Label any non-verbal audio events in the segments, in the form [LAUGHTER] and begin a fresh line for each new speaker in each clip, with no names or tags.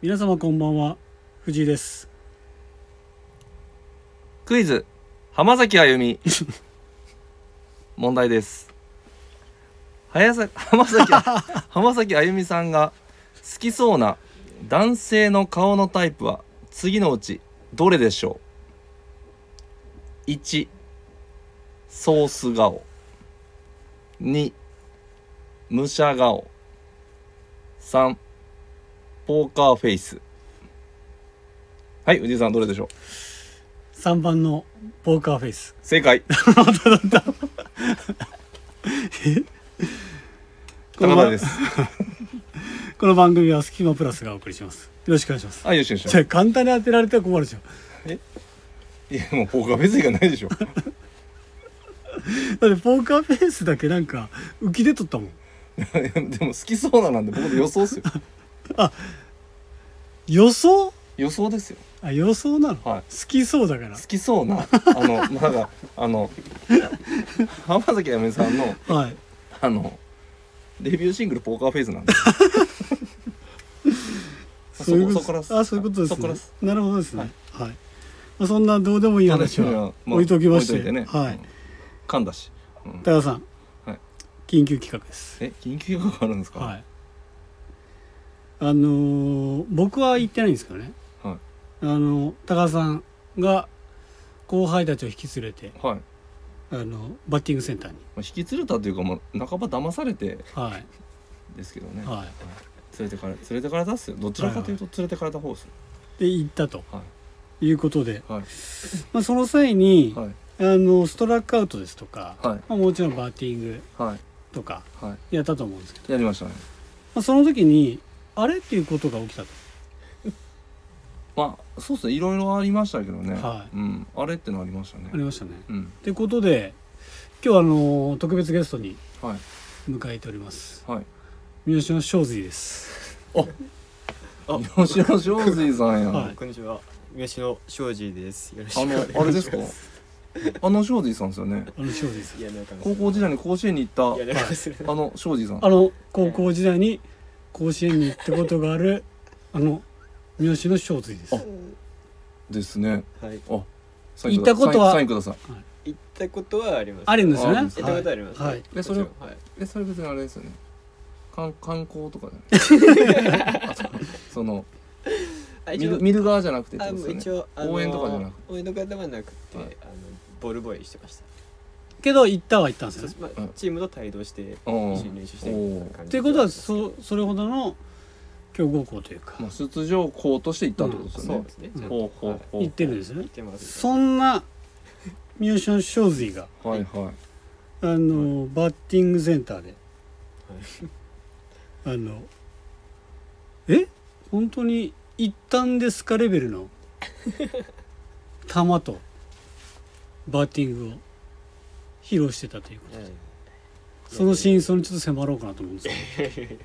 皆様こんばんは藤井です
クイズ浜崎あゆみ問題です早さ浜崎浜崎あゆみさんが好きそうな男性の顔のタイプは次のうちどれでしょう1ソース顔2武者顔3ポーカーフェイスはい藤井さんどれでしょう
3番のポーカーフェイス
正
[LAUGHS]
解
この
高
番
田です
この番組はスキマプラスがお送りしますよろしくお願いします
あ、よしよしよ
じゃ
し。
あ簡単に当てられたら困るじゃん
いや、もうポーカーフェイス以外ないでしょ。 [LAUGHS]
だってポーカーフェイスだけなんか浮き出とったもん
でも好きそうななんで、僕の予想ですよ。
予想
予想ですよ。
あ予想なの、
はい
好きそうだから
好きそうな、あの、まだ、あの、浜崎あゆみさんの、
はい
あの、デビューシングルポーカーフェイスなんで。そ
そういうこ
こ、そこからっ
とあそういうことです
そこから
ね
っす。
なるほどですねはい、まあ、そんなどうでもいい話
いや
は
まあ
置いときまして,、
置いといね。
はい
うん。噛んだし。うん
高田さん、
はい
緊急企画です
え、緊急用があるんですか。
はいあのー僕は行ってないんですけどね
は
あ
い。
の高田さんが後輩たちを引き連れて
はい。ま
あのバッティングセンターに
あ引き連れたというか、もう半ば騙されて
はい
ですけどね。
は
連れてから、連れてから出すよ。どちらかというと、連れてからた方ですよ。
いで行ったと
はい。
いうことで、
はい。
まあ、その際に、
はい。
あのストラックアウトですとか、
はい
まあ、もちろんバッティング
はい。
とか
は
やったと思うんですけど、
い。やりましたね。
まあ、その時にあれっていうことが起きたと
まあ、そうっすね。いろいろありましたけどね。
はい
うん。あれってのありましたね
あ。りましたね。
うん。
ということで今日はあの特別ゲストに
はい。
迎えております
はい。
三好の正髄です。
あ、吉野正髄さんや。
はい
こんにちは。三好の庄司です。よろしく
あ
お願いします。
の、あれですか。あの正髄さんですよね。
あの正髄さん
いや、なんか。
高校時代に甲子園に行
いや、
っ
なんかする。
た。あの正髄さん。
あの高校時代に甲子園に行ったことがある [LAUGHS] あの三好の正髄です
あ。ですね。
はい。
あ。サインくだ
行ったことは
サインサインください。
行ったことはあります。
あるんですよね。
あ
はい
るんです
行ったことあります。
はい
もちろん
えそれ
はい。
え、それ別にあれですよね。観観光とか [LAUGHS] じゃない。その
あ、
見
一
る
応。
見る側じゃなくてって
あ、
こと
も
です
う
よね
一。応、あの
応援とかじゃなく
応援とかではなくて、
はい
あの、ボールボーイしてました。
けど行ったは行ったんです
そ
よ
う
ね。
ま
う
あ
ん、
チームと帯同して、
う
一
ん
緒に練習して
お
る
ー
感
っ
じ。
ていうことはそそれほどの強豪校というか
まあ出場校として行ったってことですよ
そう
ね
で。すね。
うん
ちゃんと
ほうほうほう。
行ってるんですよ
行
ね
っ。てます。
そんな三好の正髄が
はいはい。
あのバッティングセンターで
はい
あのえ本当に行ったんですかレベル [LAUGHS] の球とバッティングを披露してたということ
はい
その真相にちょっと迫ろうかなと思うんですけど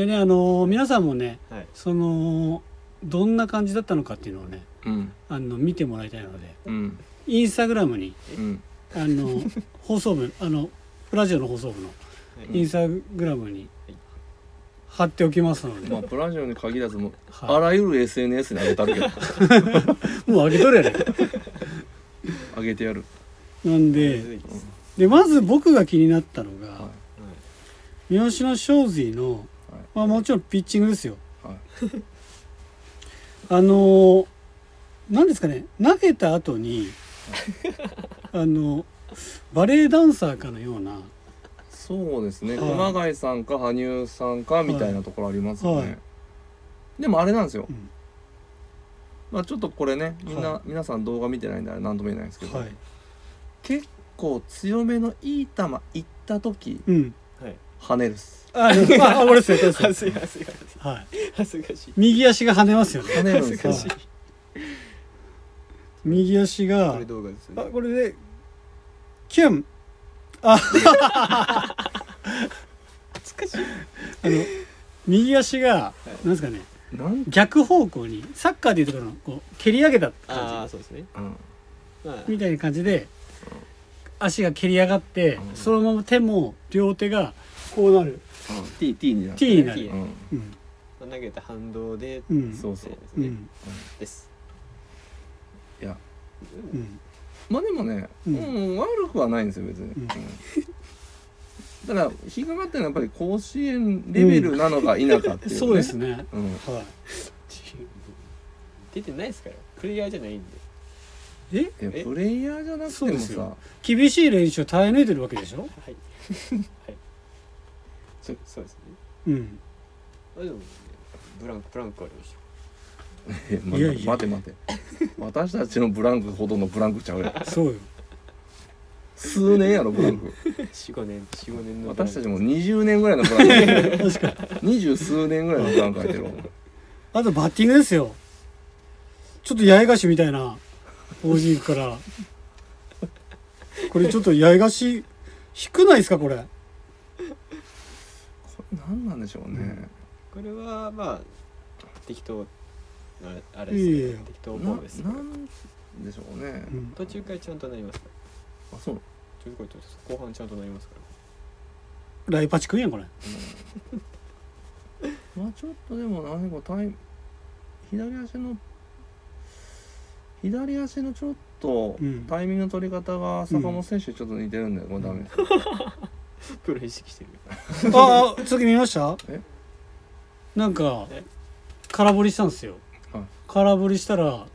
でねあの皆さんもね
はい。
そのどんな感じだったのかっていうのをね
うん
あの見てもらいたいので
うん
インスタグラムに
うん。
あの放送部あのラジオの放送部の
はい
インスタグラムに
はい
貼っておきますので、
まあプラジオに限らずもう
はい
あらゆる SNS に上げたるけど
もう上げとるやない
[LAUGHS]
か
上げてやる。
なん
むず
で
いです
でまず僕が気になったのが、
は
三好の正髄の、
はい
まあ、もちろんピッチングですよ
いはい。
あの何ですかね投げた後にあのバレエダンサーかのような
そうですね。
はい
熊谷さんか羽生さんかみたいなところありますよ
は
ね
い。
でもあれなんですよ
うん。
まあちょっとこれねみん
は
な皆さん動画見てないんであれ何とも言えないんですけど
は、い、
結構強めのいい球いった時
うん、
はい。
跳ねるっす。
あああ俺ですよ俺です
[LAUGHS]
恥
よ
ずかしい。
はい
恥ずかしい。
右足が跳ねますよね
跳ねるん
恥
で
ず
す
か
よ
し。い。
[LAUGHS] 右足が
これ動画ですよ
あ
ね。
これでキュン
懐かしい。
あの右足が
い
なんですかね
なん
逆方向にサッカーでいうところのこう蹴り上げた
あ
感
あ、そうですね。
うん
まあ
じみたいな感じで足が蹴り上がって
うん
そのまま手も両手がこうなる
T T になる。
T になる
T
うん
うん
投げた反動で、
うん
そうそう
です
う
ね
ん
です
いや
うん
まあでもね、
う
うんん悪くはないんですよ別に、
うん
うん [LAUGHS] ただ引っかかってるのはやっぱり甲子園レベルなのか否かっていう、
[LAUGHS]
ね
そうですね
うん
は
出てないですからプレイヤーじゃないん
いえ
で
いや
え
プレイヤーじゃなくて
そうで
も
すよ
さ
厳しい練習を耐え抜いてるわけでしょ
はい [LAUGHS] はいそそうですね
うん
あでもねブランクブランクありました
[LAUGHS] えま
いやいや
待て待て私たちのブランクほどのブランクちゃうやん
そうよ
数年やろブラン
[LAUGHS]
ク
45年45年のブランク
私たちも20年ぐらいのブランクやろ
確かに
二十数年ぐらいのブランク入ってるわ
あとバッティングですよちょっと八重樫みたいな OG からこれちょっと八重樫低ないですかこれ
これ何なんでしょうね、
これはまあ適当あれあれ
いやい
です
や
ね適当
な
ボールです
なんでしょうね、
うん
途中からちゃんとなりますから
あそう
途中からちょっと後半ちゃんとなりますから
ライパチくんや
[LAUGHS]
んこれ
まあちょっとでも何かタイム左足の左足のちょっと
うん
タイミングの取り方が坂本選手にちょっと似てるんだよ、これダメです
プロ意識してる
ああ次見ました
え
なんか
え
空振りしたんですよ、
はい
空振りしたら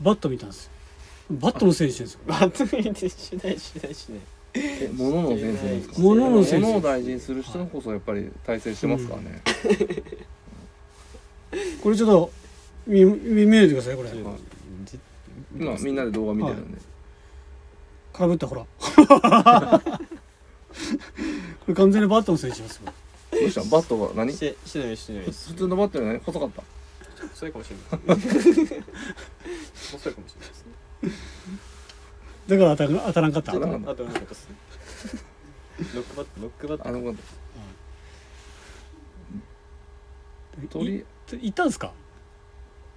バット見たんですよバットの選手ですよ
バットミンってしないしないしない
[LAUGHS]
え物の先生ですか
物の先生
物を大事にする人こそやっぱり体制してますからね、
これちょっと見見見えてくださいこれ
ちょっとじ
今みんなで動画見てるんで、
かぶったほらこ [LAUGHS] れ完全にバットの選手ですよ
どうしたバットが何
し
普
てしてないしてないです
通のバットより何細かった
それかもしれないですそれかもしれないですね
だから当たら当たらんかった
ちょっと
な
あ
るほど
となんかったっすねロックバットロックバット
あの子
い
鳥
行ったんですか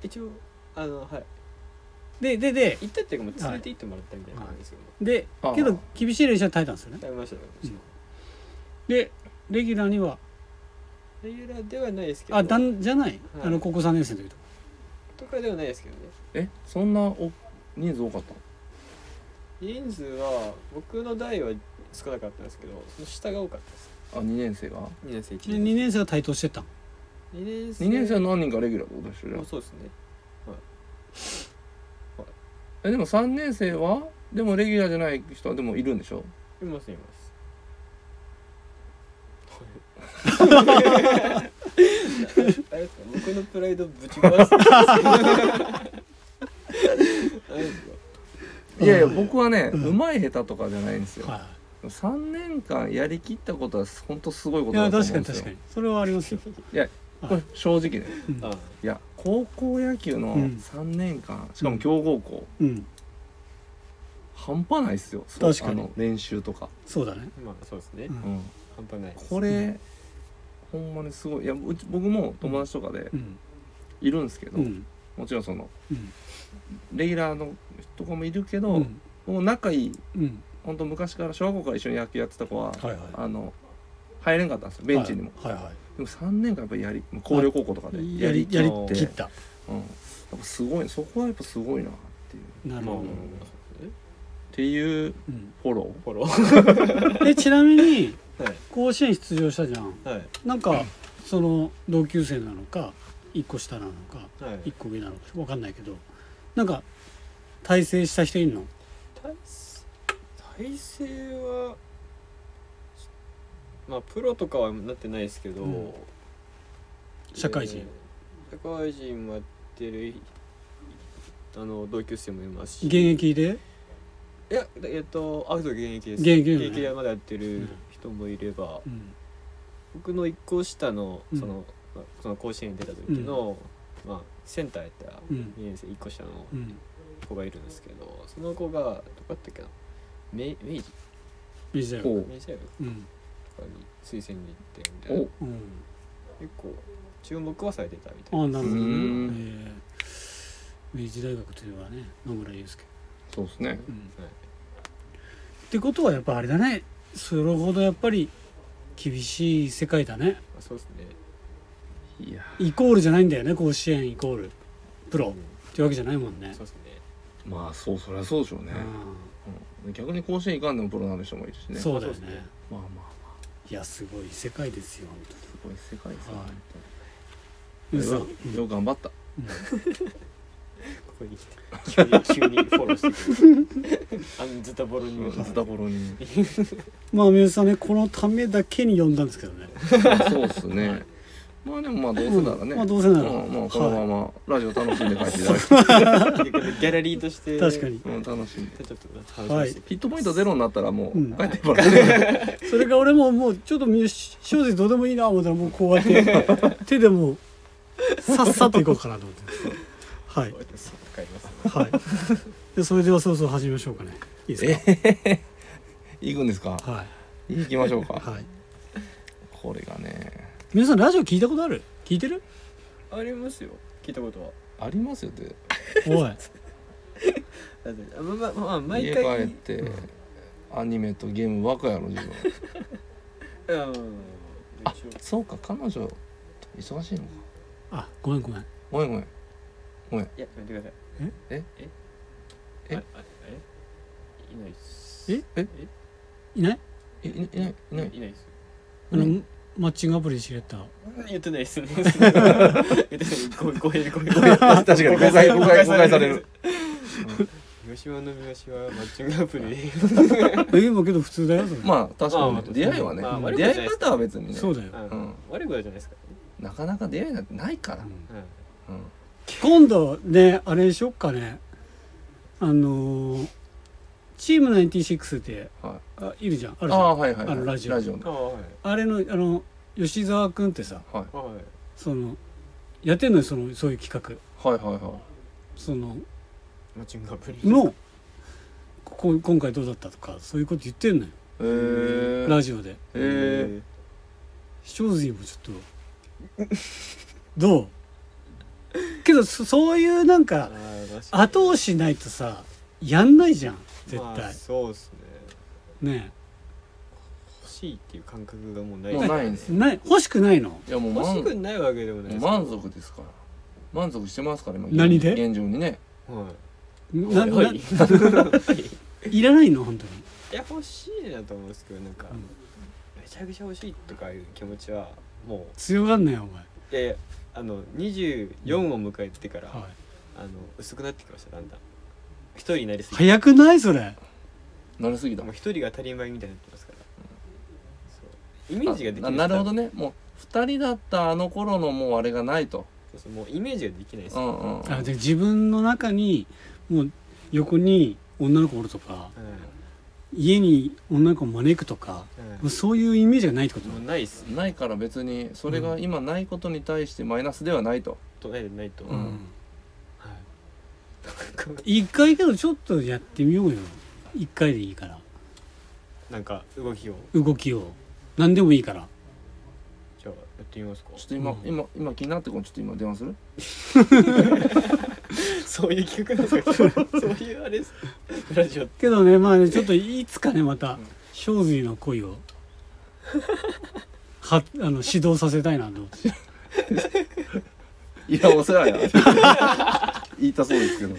一応あのはい
ででで
行ったっていうかもう連れて行ってもらったみたいな感じですけども
で
あー
けど厳しい練習は耐えたんですよね
食べました食べまし
でレギュラーには
たレギュラーではないですけど
あだんじゃない、
はい
あの高校3年生の時とか
とかではないですけどね
えそんなお人数多かった
人数は僕の代は少なかったんですけどその下が多かったです
あ2年生が
2年生
で2年生が対等してったの
2年生
2年生は何人かレギュラーってことでしょじゃあ
もうそうですね
えでも3年生はでもレギュラーじゃない人はでもいるんでしょ
いますいますあれですか僕のプライドぶち壊す [LAUGHS] んですけどあれですか
いやいや
うん
僕はね
うん
うまい下手とかじゃないんですよ、
は
3年間やりきったことは本当すごい
い
こ
い
とだ
や
と
確か
思うん
に
で
確
すよ
かにそれはあり
[LAUGHS]
ますよ
これ正直ね
うん
あ
いや高校野球の
うん
3年間、しかも強豪校、
うん
半端ないっすよそう
確かに
あの練習とか、
そうだね
まあそうですね、
うん
うん
半端ないです
これ、ほんまにすごいいやうち僕も友達とかで
うん
いるんですけど、
うん
もちろんその
うん
レギュラーの人とかもいるけど、
うん
もう仲いい
うん
本当昔から小学校から一緒に野球やってた子は、
はいはい
あの入れんかったんですよベンチにも、
はいは
でも3年間やっぱりやり広陵高校とか
い
で
や
や
り
り
やり
き
切って
っ、
た
うん、やっぱすごいそこはやっぱすごいなっていうっ
なる
まあ
ほ
まあ
ど
まあまあそうですね
ていう
うん
フォロ
フォロー
でちなみに
はい
甲子園出場したじゃん
はい
なんかその同級生なのか1個下なのか
はい
1個上なのか分かんないけどなんか大成した人いるの
体制体制はまあプロとかはなってないですけど、
うん社会人、
えー社会人もやってるあの同級生もいますし
現役で
いやえっとあそう現役です
現役よね
でまだやって
う
る
ん
人もいれば、
うん
僕の一個下の
うん
その、まあその甲子園に出た時の、まあセンターやった
う
2
ん
年生一個下の
うん
子がいるんですけどその子がどこだったっけな明明治
明治大
ーを
学
明治大学
うん
とかに推薦に行ってみたいな
う
お
ん
結構注目はされてたみたい
あ
な
あなるほどね
うん
えー明治大学というのはね野村祐介
そうですね
うん
はい
ってことはやっぱあれだねそれほどやっぱり厳しい世界だね
あそうですね
いや
イコールじゃないんだよね甲子園イコールプロ
う
っ
ん
ていうわけじゃないもんね
そうですね
まあそうそりゃそうでしょうね、うん逆に甲子園行かんでもプロになる人もいるし
うん
ね
そうだよ
そうです
ね
ね
まあまあ
いやすごい世界ですよ本
すごい世界です
はい当
ね
に嘘
ようよう頑張った
ここに来て急に急にフォローしてくるアンズタボロにも
ズタボロに
まあ宮田さんねこのためだけに呼んだんですけどね
そうっすねまあでもまあどうせならね、
まあどうせなら、
うんまあこのま
は
まラジオ楽しんで帰っていただきたい
ギャラリーとして
い、確かに
うん楽しんで
ちょっと楽しみにして
ヒットポイントゼロになったらも
うん
う帰ってもらって、
それが俺ももうちょっとみ正直どうでもいいな思ったらもうこうやって
[LAUGHS]
手でもうさっさと行こうかなと思ってはい
こうやってそっと帰りますね
はい
[LAUGHS]
でそれではそろそろ始めましょうかねいいです
行くんですか
かはい
行きましょうか
はい
これがね
皆さんラジオ聞いたことある聞いてる
ありますよ聞いたことは
ありますよって
おい
だってあまままあ毎
家帰
回
ってアニメとゲームばっかやろ自分
うん
あそうか彼女忙しいのか
あごめんごめん
ごめんごめん
いややめてください
え
え
え
ああえいないっす
え
え
いない
いいいないいない
いないっす
あの、
うん
マッチングアプリで知り合った
言ってないっすね言ってないごごへんごへんごめん
確かに誤解誤解誤解される
広島の東はマッチングアプリで
え今けど普通だよそれ、
まあ確
あま
か
あ
に出会いはね
まあ悪いこと
出
じゃない
会い方は別にね
そうだよ、
う
うん
ん
悪いことじゃないですか
なかなか出会いなんてないから
う、ん
らね
うん
今度ねあれにしよっかねあのーチーム96って
はい、
あいるじゃんあ
あ
るじゃん
あ
あ
はいはい、は
あ
い、
のラジオ
ね
うんあはい
れのあの吉沢君ってさ
はい
はい
そのやってんのよそのそういう企画
はいはいは
その
マッチングアプリ
のここ今回どうだったとかそういうこと言ってんのよ
いへえ
ラジオで
へえ
視聴陣もちょっとどうけどそそういうなん
あ
か
ー確かに
後押しないとさやんないじゃん絶
まあ
対
そうですね
ね
欲しいっていう感覚がもうない
もうないんです
えない欲しくないの
いやもう
欲
満
しくないわけでもない
もう
です
満足ですから満足してますから今
何で
現状にね
は
ないな
はいいはい
いらないの本当に
いや欲しいなと思うんですけどなんか、
うん
めちゃくちゃ欲しいとかいう気持ちはも
強がんなよお前
ういやいやあの24を迎えてから、
はい
あの薄くなってきましただんだん一人になりすぎて
早くないそれ
慣れすぎた
もう一人が当たり前みたいになってますから、そうイメージができ
あ
ない
ななるほどねもう二人だったあの頃のもうあれがないと
そうそうもうイメージができないです、
う
はい
んうん
あで自分の中にもう横に女の子おるとか家に女の子を招くとか
はい
もうそういうイメージがないってこと
もうないっす
ないから別にそれが今ないことに対してマイナスではないと、
とないないと、
うん
はいなんか
一回けどちょっとやってみようよ一回でいいから
なんか動きを
動きを何でもいいから
じゃあやってみます
[LAUGHS]
か
ちょっと今、
うん
今今気になってこうちょっと今電話する
そういう企画なんですか [LAUGHS] そういうあれですラジオ
けどねまあねちょっといつかねまた正髄の恋をはあの指導させたいなと思って
いやお世話や [LAUGHS] 言いたそうですけど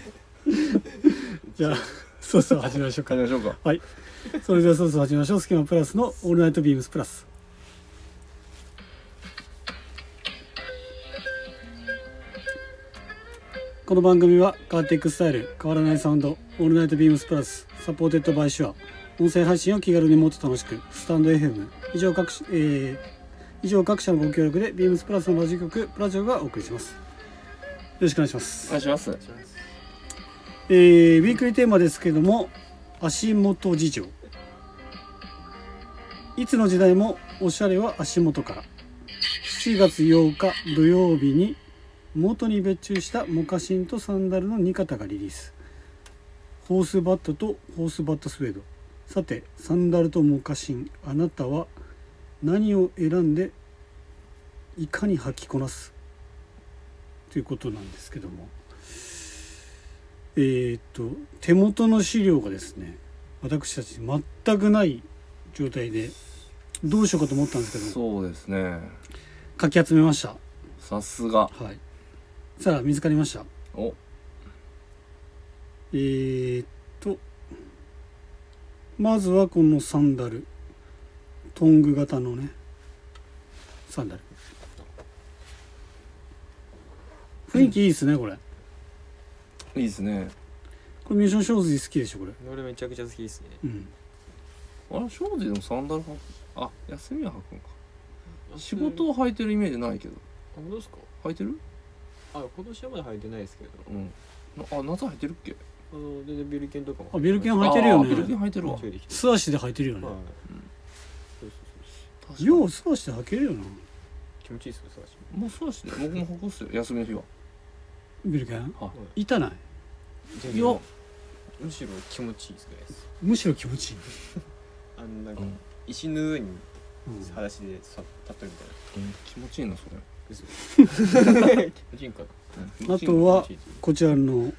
じゃあそうそう始めましょうか
帰りましょうか
はい。それではそろそろ始めましょう。スキマプラスのオールナイトビームスプラス。この番組は変わっていくスタイル、変わらないサウンド、オールナイトビームスプラス、サポーテッドバイシュア、音声配信を気軽にもっと楽しく、スタンド FM、以上各,、えー以上各社のご協力で、ビームスプラスのラジオ局、プラジオがお送りします。よろしくお願いします
お。願いします
します
えー、ウィークリーテーマですけども足元事情いつの時代もおしゃれは足元から7月8日土曜日に元に別注したモカシンとサンダルの2型がリリースホースバットとホースバットスウェードさてサンダルとモカシンあなたは何を選んでいかに履きこなすということなんですけどもえーっと手元の資料がですね私たち全くない状態でどうしようかと思ったんですけど
そうですね
かき集めました
さすが
はいさあ見つかりました
お
えー、っとまずはこのサンダルトング型のねサンダル雰囲気いいですねこれ
いいですね
これミュージョン小好きでしょこれ
俺めちゃくちゃ好きですね
うん
あれ庄司でもサンダル履くあ休みは履くのか仕事を履いてるイメージないけど
あどうですか
履いてる
あ今年はまだ履いてないですけど
うんなあ夏履いてるっけ
あの全然ビルケンとかも
あビルケン
あ
履いてるよね
ービルケン履いてるわ
注意できて
素足で履いてるよね
はいそうそう
確かに
よう素足で履けるよな
そう気持ちいいですよ探し
もうそうして僕も履くっすよ休みの日は
ビルケン
はい
たない
全
い
然
や
むしろ気持ちいいですぐらいです
むしろ気持ちいい、
あのなんか
うん
石の上に
うん
裸足でさ立ってるみたいな
うん気持ちいいなそれ
嘘気持ちい [LAUGHS] いんか
うん
あとは
気持ちいい
こちらの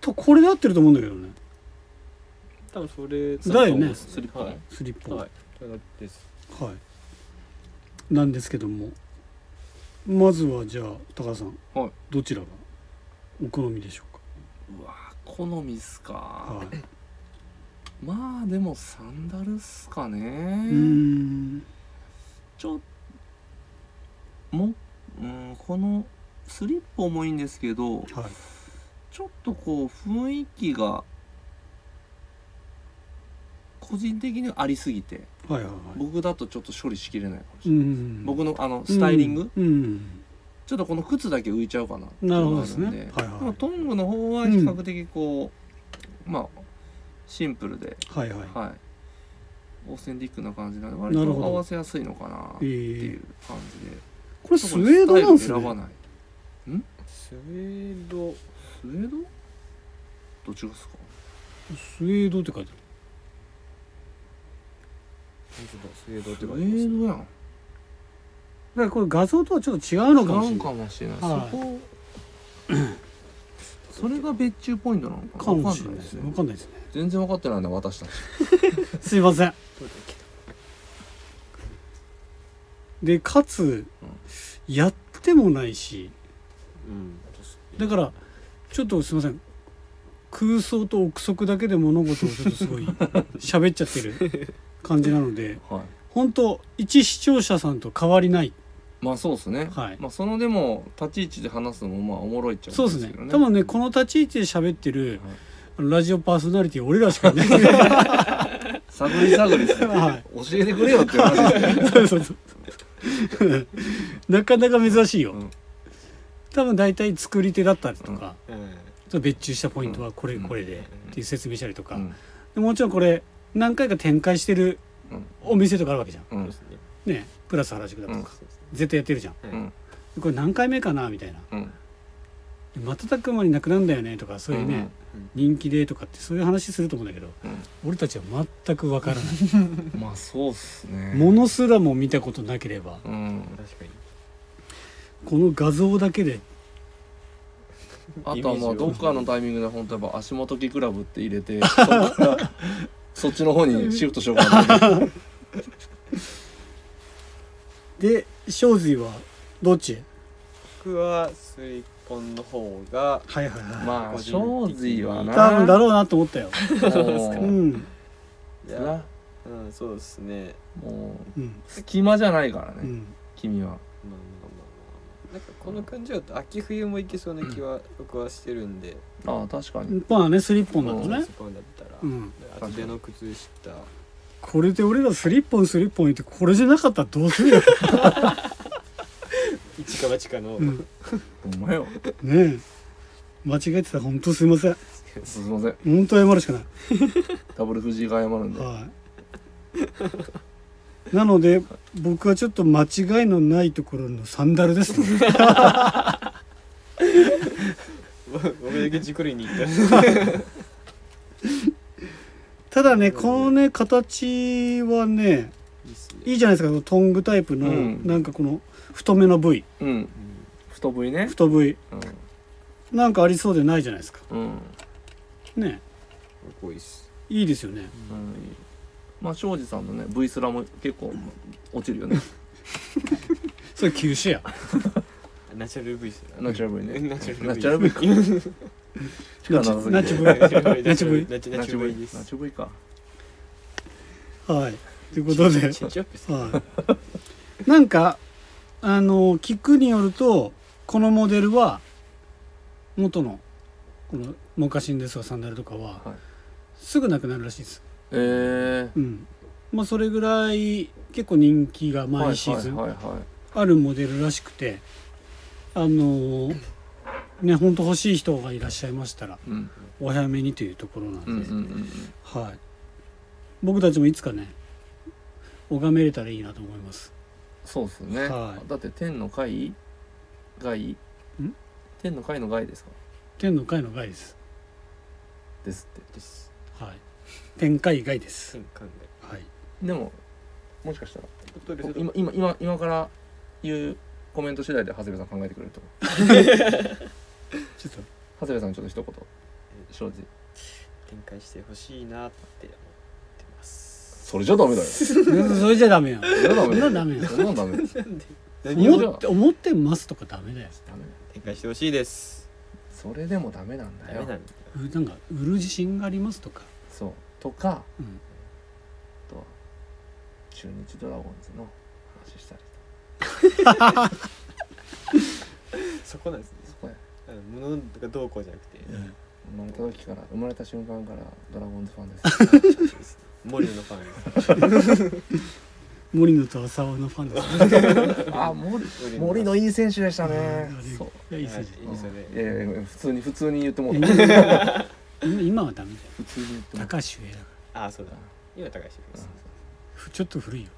とこれで合ってると思うんだけどね
多分それ
だよね
スリッパ
はい
ね
スリッポン
はいそれです
はい、なんですけどもまずはじゃあ高田さん、
はい
どちらがお好みでしょう
うわ好みっすか、
か、はい、う
まあでもサンダルっすかね
ーん
ちょもうんこのスリッポもいいんですけど
はい
ちょっとこう雰囲気が個人的にはありすぎて
はいはいはい
僕だとちょっと処理しきれないかもし
う
れない、
ん
僕のあのスタイリング、
うん、
ちょっとこの靴だけ浮いちゃうかなって
うん
いう
なる
の
ほ
が
ど
あ
です
るんで
ねはい
でも
は
トングの方は比較的こう、まあシンプルで
いはいはいは
はいオーセンティックな感じなので割
な
と
るほど
合わせやすいのかなって
い
い
え
う感じ
ー、
で
これスウェードなんす
スタイル選ば
ね
ない
スウェード
スウェードどっちがっすか
スウェードって書いて
本当だスウェードっ
ス
て
ウ
書いてます
ェードやん
あるだからこれ画像とはちょっと違うのかもしれ
なん
ない
かもしれない
はい
そこそれが別注ポイントなの
か
かなわ
も
か
し
ん
れ
な
ないで
いですす
ね
ね
わかんないですね
全然分かってないな私たち
すいません
どうだっけ
でかつやってもないし
うん
だからちょっとすいません空想と憶測だけで物事をちょっとす
[LAUGHS]
ごい喋っちゃってる感じなので
はい
本当一視聴者さんと変わりない
まあそうですね、
はい
まあそのでも立ち位置で話すのもまあおもろいっちゃ
そううんです
け
ね
ど
多分ねこの立ち位置で喋ってる
はい
あのラジオパーソナリティ俺らしかい
[LAUGHS]
ないは
探り探りですね
い
教えてくれよって話ですね
そうそうそうなかなか珍しいよ、
うん
多分大体作り手だったりと
うん
か、
うん
ちょっと別注したポイントはこれ
うん
これでっていう説明したりとか、
うん
でもちろんこれ何回か展開してる
うん
お店とかあるわけじゃん
う
そうんですね
ねプラス原宿だとか、
うん
そうですね
絶対やってるじゃん
う
はい
ん
これ何回目かなみたいな
うん
で瞬く間になくなんだよねとかそういうね、
うん
人気でとかってそういう話すると思うんだけど、
うん
俺たちは全くわからない
うんまあそうっすね
ものすらも見たことなければ
うん
確かに
この画像だけで
あとはまあ
イメージを
どっかのタイミングで本当やっぱ足元木クラブって入れてそっから [LAUGHS] そっちの方にシフトしようかな
で庄司はどっち
僕はスリポンの方が
はいはいはい、
まあ庄司はな
多分だろうなと思ったよ
も
う
うん
い
な
やうんそうですね
も
うん
う隙間じゃないからね、
うん
君は
まあまあまあまあまあなんかこの感じだと秋冬もいけそうな気は僕はしてるんで
ああ確かに
まあねスリッポンだと
う
ね
スリポンだったら
うん
厚手の靴下
これで俺らスリッポンスリッポン言ってこれじゃなかったらどうするよ、
[LAUGHS] 一か八かの
うん、
ほんまよ
ねえ間違えてた本当すいません
すいません
本当謝るしかない
ダブル藤井が謝るんで
はい。 [LAUGHS] なので僕はちょっと間違いのないところのサンダルですね。
俺だけ自己類 [LAUGHS] に行った
ただねこのね形はね
いいっす [LAUGHS] ね
いいじゃないですかこのトングタイプの、
うん
なんかこの太めの部位
うん太ぶいね
太部位
う
なんかありそうでないじゃないですか。
んうん、
ね
こいいっす
いいですよね。
うん、まあ庄司さんのね V スラも結構落ちるよね
それ急所や。
ナチュラル V ですよ
ナチュラル V ね
ナチュラ
ナ
ル V
チュラル V か力なさすぎて
ナチ
ナチ
ュ
ュラル V
ナチュ V
ナチュ
ナ
ナ
チ
チ
ュ
ュ
ブ
ラル
イ
V です
ナチュブイか
はいということで
チェンジアップです
はいなんかあの聞くによるとこのモデルは元のこのモカシンですがサンダルとかは、
はい
すぐなくなるらしいです
えー
うんまあそれぐらい結構人気が
はい
毎シーズン
はいはいはい
あるモデルらしくてあのーねほんと欲しい人がいらっしゃいましたら
うん
お早めにというところなんで、
うんうんうん
はい僕たちもいつかね拝めれたらいいなと思います
そうっすね
はい
だって天の会外天の会の外ですか
天の会の外です
ですって
です
はい天界外です
変換で
はい
でももしかしたら
どれどれ
今今今今から言うコメント次第で長谷部さん考えてくれると思う
ちょっと
長谷部さんちょっと一言正直
展開してほしいなって思ってます
それじゃダメだよ
う
そ
んそれじゃダメやん
れじゃダ
そ
メ
んな
だよ
んダメやん
そんなんダメだよ
なんで
を
思って思ってますとかダメだよ
ダメだよ
展開してほしいです
それでもダメなん
ダ
だ
メな
よ
んだよ
うなんか売る自信がありますとか
そうとか
うん
あとは中日ドラゴンズの話したりと
そこなんですね
そこや
あの物とかどうこうじゃなくて
生まれた時から生まれた瞬間からドラゴンズファンです
森野のファンです
森野と浅尾のファンですね
[LAUGHS] あ森
森
森のいい選手でしたね
うんあれ
そう
いやいいっす
はい
よ
いですよね
いやいやいや普通に普通に言ってもう
い
た
や今今今はダメだよ
普通に言ってもうた
高橋上だか
あそうだ今高橋です
らちょっと古いよ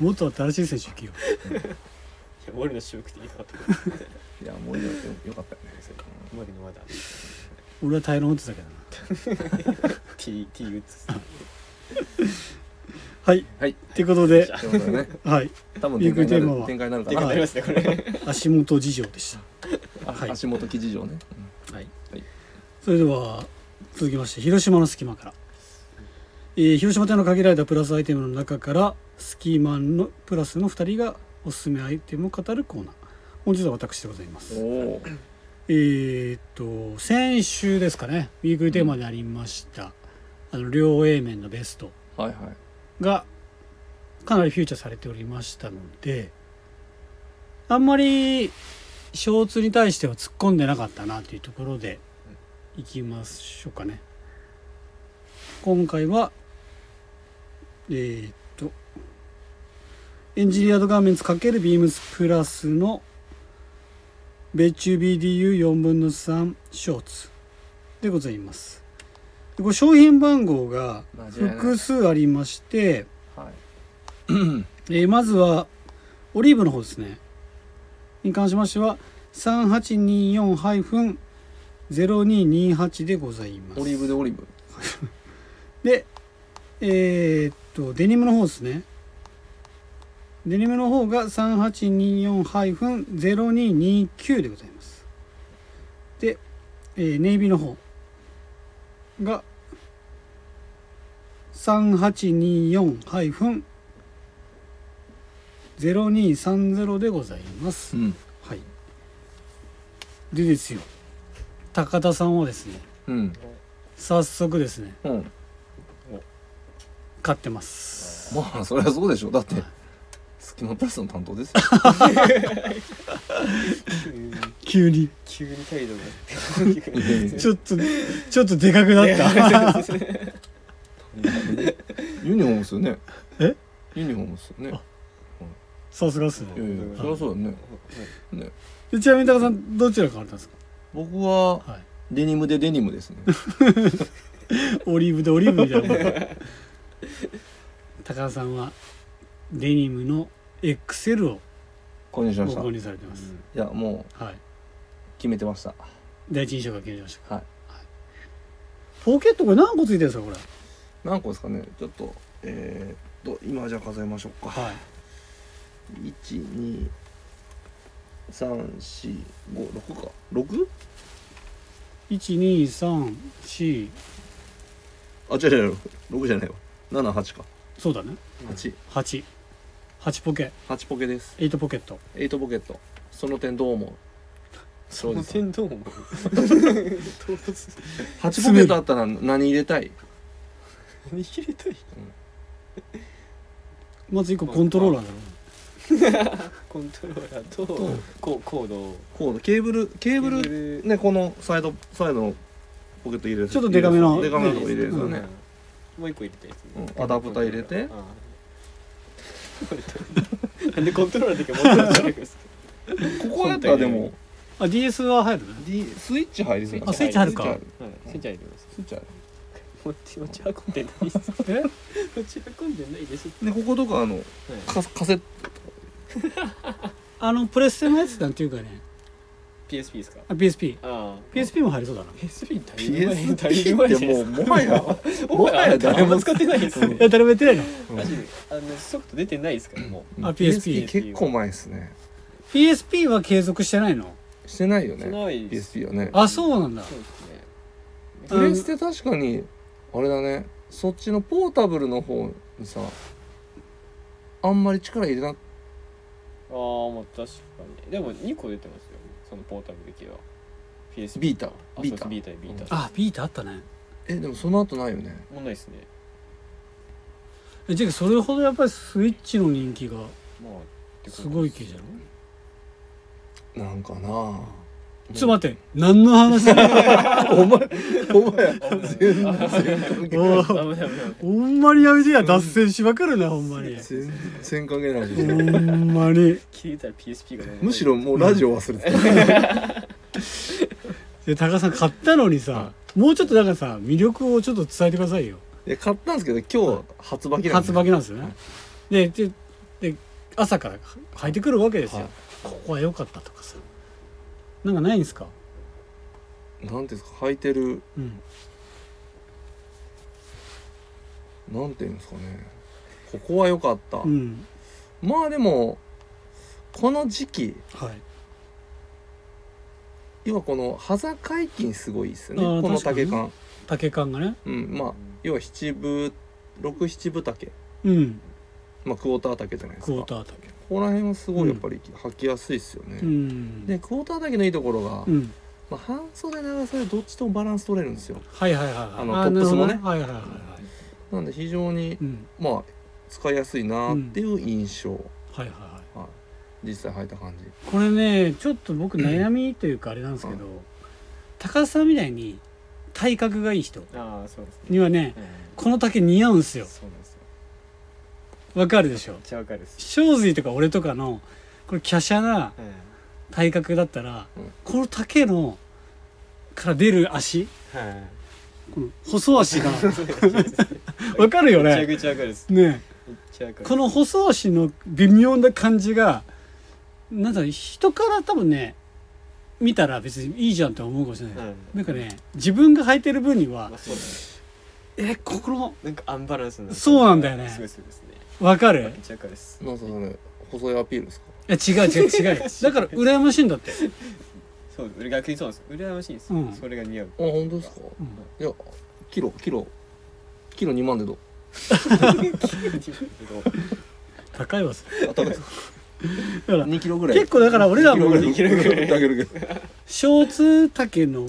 もっと新しい選手行けよ
いや森野渋くていいなと思って
いや森のよよかったよね
森野ま
[LAUGHS]
だ
俺はタイロン打ってたけどな
T, T 打つ
はい
はい
ってことで
ということでね
はい
多分
ビ
展開に
ッグテー
な
マ
る
は
展開になるか
で
な
か
はい
くなりますねこれ
足元事情でした
あ
はい
足元記事上ね、
はい
それでは続きまして広島の隙間から、えー広島店の限られたプラスアイテムの中からスキーマンのプラスの2人がおすすめアイテムを語るコーナー本日は私でございます
おお
えーっと先週ですかねウィークリーテーマでありました、あの両 A 面のベスト
はいはい
がかなりフィーチャーされておりましたのであんまりショーツに対しては突っ込んでなかったなというところでいきましょうかね今回はえーっとエンジニアードガーメンツ×ビームスプラスの米中 BDU4 分の3ショーツでございますでこれ商品番号が
間違いない
複数ありまして、
は
え
い
ーまずはオリーブの方ですねに関しましては3824-0228でございます
オリーブでオリーブ
でえーっとデニムの方ですねデニムの方が3824-0229でございますで、えーネイビーの方が3824-0230でございます
うん
はいでですよ高田さんはですね
うん
早速ですね
うん
買ってます
まあそれはそうでしょうだってスキマプラスの担当ですよ [LAUGHS]
急
急
に
に
急に態度が大きくなって
ちょっとちょっとでかくなった
[LAUGHS]
ユニフォームですよね
え
ユニフォームですよねい
さすがっすね
やいやそりゃそうだよねね
でちなみに高田さんどちら買われたんですか、
僕は
はい、
デニムでデニムですね
オリーブでオリーブみたいなもん [LAUGHS] か高田さんはデニムの XL を
購入し
ご
ました
購
い
入されてます、
やもう
はい、
決めてました
第一印象が決まりましたか
はい
ポケットこれ何個ついてるんですかこれ
何個ですかねちょっとえー、っと今じゃあ数えましょうか
はい
12345 6か 6?
1234
あ違う違う違う6じゃないわ78か
そうだね
8
8 8ポケ
8ポケです
8ポケット
8ポケットその点どう思う
その点どう思う唐突
8ポケットあったら何入れたい
何入れたい
まず1個コントローラーだろ
[LAUGHS] コントローラーとこうコード
コードケーブルケーブル
ル
ねこのサイドサイドのポケット入れる
ちょっとデカめの
入れるデカめのとこ入れる
そ
よ
う
ね、
もう一個入れたやつ、
うんアダプター入れて
ああなんでコントローラーだけ持ってるんですか
ここやったらでも、
あ DS は入るね
D、スイッチ入りそうやな
あスイッチ入るか
スイッ
はいスイッチ入ります
スイッチ入る
持ち持ち運んでないです
え
持ち運んでないですは
でこことかあのカカセット
あのプレステのやつなんていうかね
い PSP ですか
あ PSP
ああ
PSP も入りそうだな
PSP だいぶ前だいぶ前
PSP
じ
っ
ゃ
て
ないで
もう
すか
もはや
[LAUGHS] も
も
は
は
や
や
誰
誰
も
も
使ってないですね
え誰もやってないの
マジであのソフト出てないですからも
あ PSP
PSP 結構前ですね
PSP は継続してないの
してないよ
う
ね
しないです
PSP はね
あそうなんだ
そうですね
うん
プレステ確かにあれだねそっちのポータブルの方にさあんまり力入れな
ああまあ確かにでも2個出てますよそのポータブル系は PSP
ビータ
あ
ビー
そう
タ
ビータビータ
あビータあったね
えでもその後ないよね
もうないですね
えじゃあそれほどやっぱりスイッチの人気が
まあってことです
ごい系じゃろ
なんかな
ちょっと待って何の話 [LAUGHS]
お前 [LAUGHS] お前
[LAUGHS] 危ない
全然
お
危ない危ない危ない
ほんまにやめてや脱線しまくるなほんまに
全然関係ない
ほ
し
んまに
聞いたら PSP が
むしろもうラジオ忘れてた
で高さん買ったのにさもうちょっとなんかさ魅力をちょっと伝えてくださいよ
いや買ったんですけど今日初履きなんです
初
よ
履きなんですよねででで朝から履いてくるわけですよ、
はい
ここは良かったとかさなんかないんですか
なんていうんですか履いてる
うん
なんていうんですかねここは良かった、
うん
まあでもこの時期
はい
要はこの肌解禁すごいですよね
あー
この
確か
竹
に
感、
竹感がね
うんまあ要は七分六七分丈
うん
まあクォーター丈じゃないです
クォ
か
ー
こ
ター竹
こら辺はすごいやっぱり履きやすいですよね、
うん
でクォーター丈のいいところが、
うん
まあ、半袖長袖どっちともバランス取れるんですよ
はいはいはいはい
あの
ー
トップスも
な
ね
るほどはいはいはいはい
なんで非常に
うん
まあ使いやすいなっていう印象、
はいはいはい
はい、実際履いた感じ
これねちょっと僕悩みというかあれなんですけど、高さんみたいに体格がいい人
ああそうですね
にはね
うん
この竹似合うんすよ
そうなんですよ
わかるでしょ
めっちゃわかるっす
正髄とか俺とかのこれ華奢な
うん
体格だったら、
うん
この竹のから出る足
はい
この細足がわかるよ
めちゃ
ね
くちゃわかるっす
ね
めっちゃわかる
この細足の微妙な感じがなんだろう人から多分ね見たら別にいいじゃんって思うかもしれない、
うん
なんかね自分が履いてる分には
まあそうだね
えここの
なんかアンバランスな
そうなんだよね
すごいそうですね
わかる
めっちゃわかるっす
なんかそれ細いアピールですか
いや違う違う違う
[LAUGHS]
よだから羨ましいんだって
そう俺逆にそうなんです羨ましいんです
うん
それが似合う
あ本当ですか、
うん
いやキロキロキロ2万でどう
高いわそれ
あ高い
[LAUGHS] だから
2キロぐらい
結構だから俺らも
2キロぐらいだけど
ショーツ丈の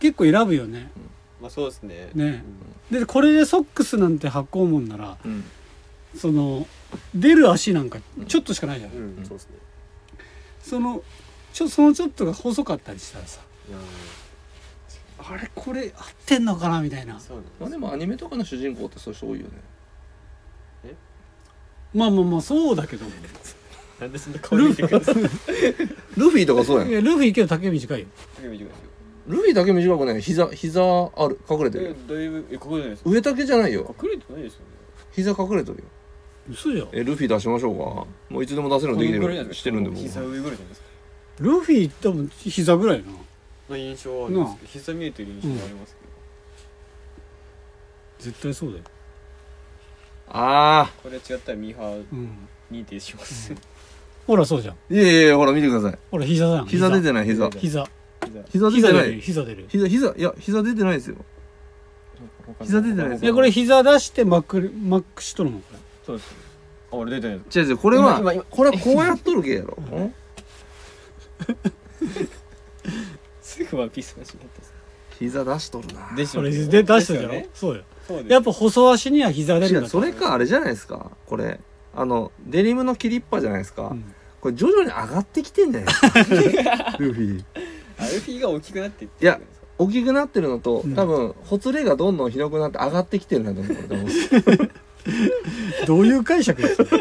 結構選ぶよね
まあそうですね
ね
うん
でこれでソックスなんて履こうもんなら
うん
その出る足なんかちょっとしかないじゃん、
うん、
うん
そうですね。
そのちょそのちょっとが細かったりしたらさ
いや
あれこれ合ってんのかなみたいな
ーそうなん
まあ
で
でもアニメとかの主人公ってそういう人多いよね
まあまあまあそうだけど
す。なんでそんな顔見てくるんですか。
ルフィとかそうやん
いやルフィけど丈短いよ
見てくだ
ルフィだけ短くない膝膝ある隠れて
さい。
る
だいぶえここじゃないですか。
上だけじゃないよ
隠れてないですよね。
膝隠れてるよ
嘘じゃん
えルフィ出しましょうかもういつでも出せるのできて
このぐらい
る
じゃないですか
してるんでも
膝上ぐらいじゃないですか。
ルフィ多分膝ぐらいな
の印象はあるんですけど、膝見えてる印象はありますけど、
絶対そうだよ、
あ
これ違ったらミーハー
うん、
認定します。
ほらそうじゃん
あいやいやいやほら見てください
ほら膝じゃん
膝出てない膝
膝
膝出
膝
膝
て
出
な
るよ
い
膝出るよ
膝膝いや膝出てないですよ膝出てないです
いやこれ膝出してまくるマックしとるもんこれ
そうですね。
あ
俺出てる
違う違うこれは
今今今
これはこうやっとるけや [LAUGHS] ろん
すぐワンピースの話になったんです
膝出しとるな
で
それで出したじゃ
ですよ
ろ
ね
そうよ
そうです
やっぱ細足には膝出
違
るん
う
だ
それかあれじゃないですかこれあのデニムの切りっぱじゃないですか、
うん
これ徐々に上がってきてんじゃないですか [LAUGHS] ルフィ
アルフィーが大きくなっていって
いや大きくなってるのと、
うん
多分ほつれがどんどん広くなって上がってきてるんだと思う多分
どういう解釈ですか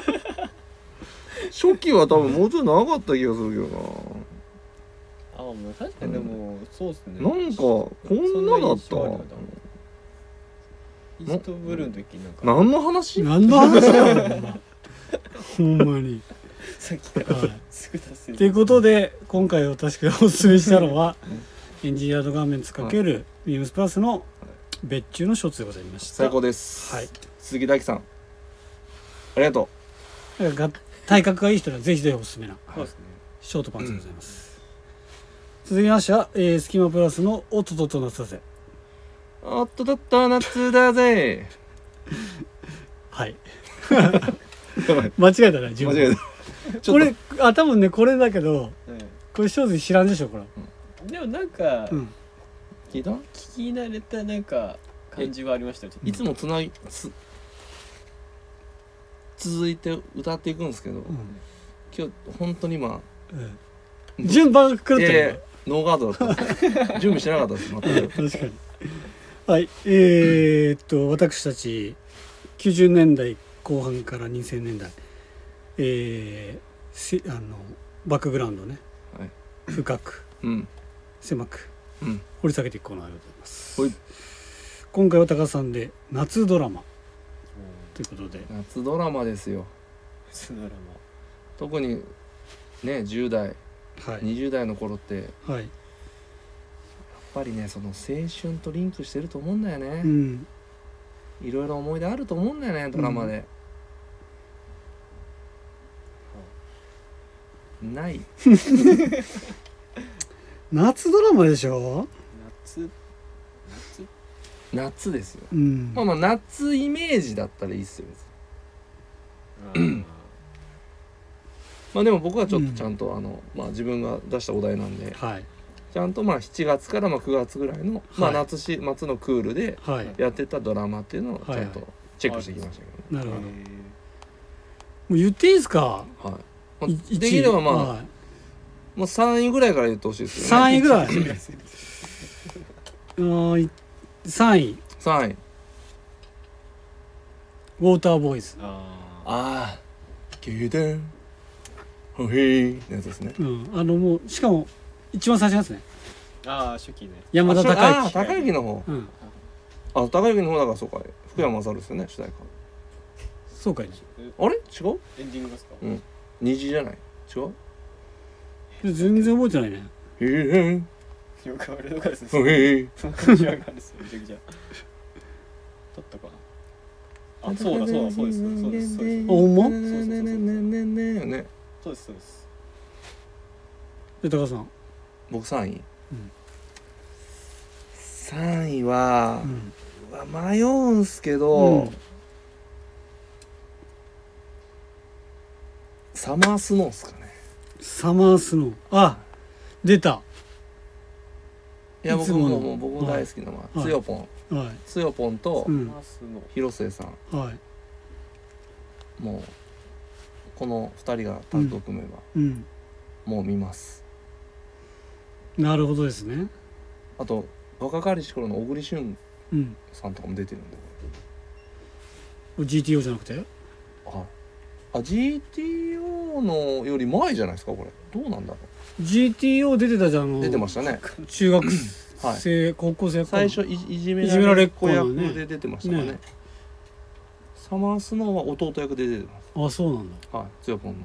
初期は多分もうちょっと長かった気がするけど
あもう確かにでもそうっすね
ななんかこんなだった
そんな印象あるよなイーストブルーの時なんか
何の話
何の話だよほんまほんまに
さっきから
はい
すぐ達成
ということで今回私がおすすめしたのはエンジニアードガーメンツ×ビームスプラスの別注のショーツでございました
最高です、
はい
鈴木大樹さんありがと
だからが体格がいい人にはぜひぜひおすすめな
そうですね
ショートパンツでございます、続きましては、えー、スキマプラスの「おっとっとっと夏だぜ
うあっとだった夏だぜ」
はい
やばい
間違えたね自
間
分
違えたちょ
こ
っと
れあ多分ねこれだけどこれショーツ知らんでしょこれ、
うんでもなんか
うん、
聞いた
聞き慣れたなんか感じはありましたよちょっと
いつもつないつ続いて歌っていくんですけど、
うん
今日本当に今
うん、順番が狂っ
い
て
やいや
る
ノーガードだった準備してなかったです全く
確かにはいえー、っと私たち90年代後半から2000年代えーせ、あのバックグラウンドね、
はい
深く
うん
狭く
うん
掘り下げていくコーナーでございます、
はい
今回は高橋さんで夏ドラマということで
夏ドラマですよ
そのドラマ
特にね10代
はい、
20代の頃ってやっ
はい
ぱりねその青春とリンクしてると思うんだ
う
よね、
ん、
いろいろ思い出あると思うんだよねドラマで、ない
夏ドラマでしょ、
夏夏
夏ですよ
うん
まあまあ夏イメージだったらいいっすよ別にまあでも僕はちょっとちゃんと、あのまあ自分が出したお題なんで
はい
ちゃんとまあ7月からまあ9月ぐらいの、ま
は
あ
い
夏し夏のクールで
はい
やってたドラマっていうのをち
はい
ゃんとチェックしてきましたけど
な
ね
るほども
へー
う言っていいですか
はい、ま
い
あ、できればまあ、
はい
もう3位ぐらいから言ってほしいですよね
3位ぐらい
[LAUGHS]
3位
3位
ウォーターボーイズ、
あー
ああ牛丼ほへいのやつですね
うん、あのもうしかも一番最初のやつね
あー初期ね
山田
あ
孝
あ高之の方
之、うん、
あ高之の方だからそうか福山雅治ですよね主題
そうかいね
歌あれ違う
エンディングですか
虹じゃない違う
全然覚えてないね
牛丼
よくあれとかですね
ほへい
その感じはあるんですよ、めちゃくちゃ。撮ったか
[LAUGHS]
な。あ、そうだ、そうだ、そうです、そうです、そうです
あ。ほんま
ねねねねねねね
そうです、そうです。
で高田さん、
僕3位、
うん
3位は
う、ん、
うわ迷うんすけど、
うん
サマースノーっすかね
サマースノーあ出た
いや
いつ
僕
も
も
の
もう僕も大好きなのは、
はい
つよぽん
は
つよぽんと
い、う
マ
ん
ースの。
広末さん
はい
もうこの2人がタッグを組めば、
うん、
もう見ます
なるほどですね
あと若かりし頃の小栗旬
うん
さんとかも出てるんで
GTO じゃなくて
ああ GTO のより前じゃないですかこれどうなんだろ
GTO 出てたじゃんあの
う出てましたね
中学
はい
生、高校生か
最初いいじめ
いじめら
ら
れ
れ
っ
っ
子
子
の
役
ね
で出てましたからね
ね
サマースノーは弟役で出てま
あ
す
そうなんだ
はいつよぽんの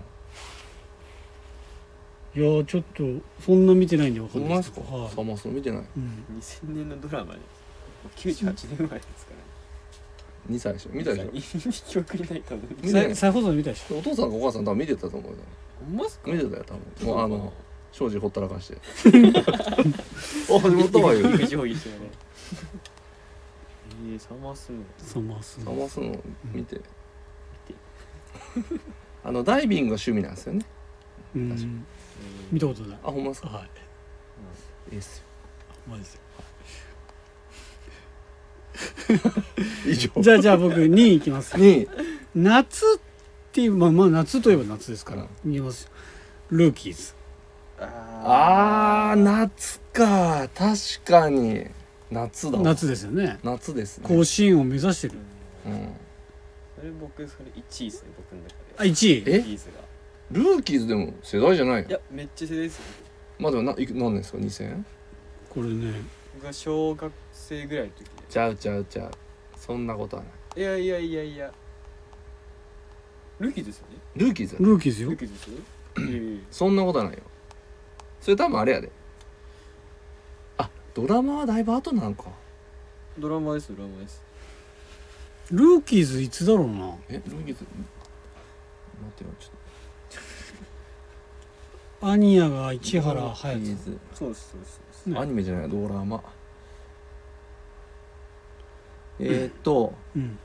いやーちょっとそんな見てないんでわか
ほ
ん
ん
ない
ま
で
ですす
け
か
どはい
サマースノー見てない
うん、
2000年のドラマです。98年前ですからね。
2歳でしょ見たでしょ
しょ記憶にないと思う。
見てな
再
い
再放送で見たでしょ
お父さんかお母さん多分見てたと思うよ
ほんまっすか
見てたよ多分もうあの庄司ほったらかして
[LAUGHS]
あ始まったわよ
いい上位ですよね。えー、サマースの。
サマース
サ
ノ
マースノー見てあのダイビングが趣味なんですよね
うん
う
見たことない
あほんまですか
はい
いいっすよ
マジで
以上
[LAUGHS] じゃあじゃあ僕2位いきます
に
夏っていうまあまあ夏といえば夏ですから、いきますよルーキーズ
あー夏か確かに夏だわ
夏ですよね
夏ですね
甲子園を目指してる
うん、
それ僕それ1位ですね僕の中で
あ1位
え
ビーズが
ルーキーズでも世代じゃない
い
よ
やめっちゃ世代ですよ
まあでもないく何年ですか 2000?
これね
僕が小学生ぐらいの時で
ちゃうちゃうちゃうそんなことはない
いやいやいやいやルーキーですよね
ルーキーズだ
ルーキーズ
ル
よ
ーキーですよね
そんなことはないよそれ多分あれやであドラマはだいぶ後なんか
ドラマですドラマです
ルーキーズいつだろうな
えルーキーズ待ってよちょっ
アニアが市
と
原
ルーキ
隼
ーズ
そうですそうですそうです
人ね
アニメじゃないドラマえー、っと
人うん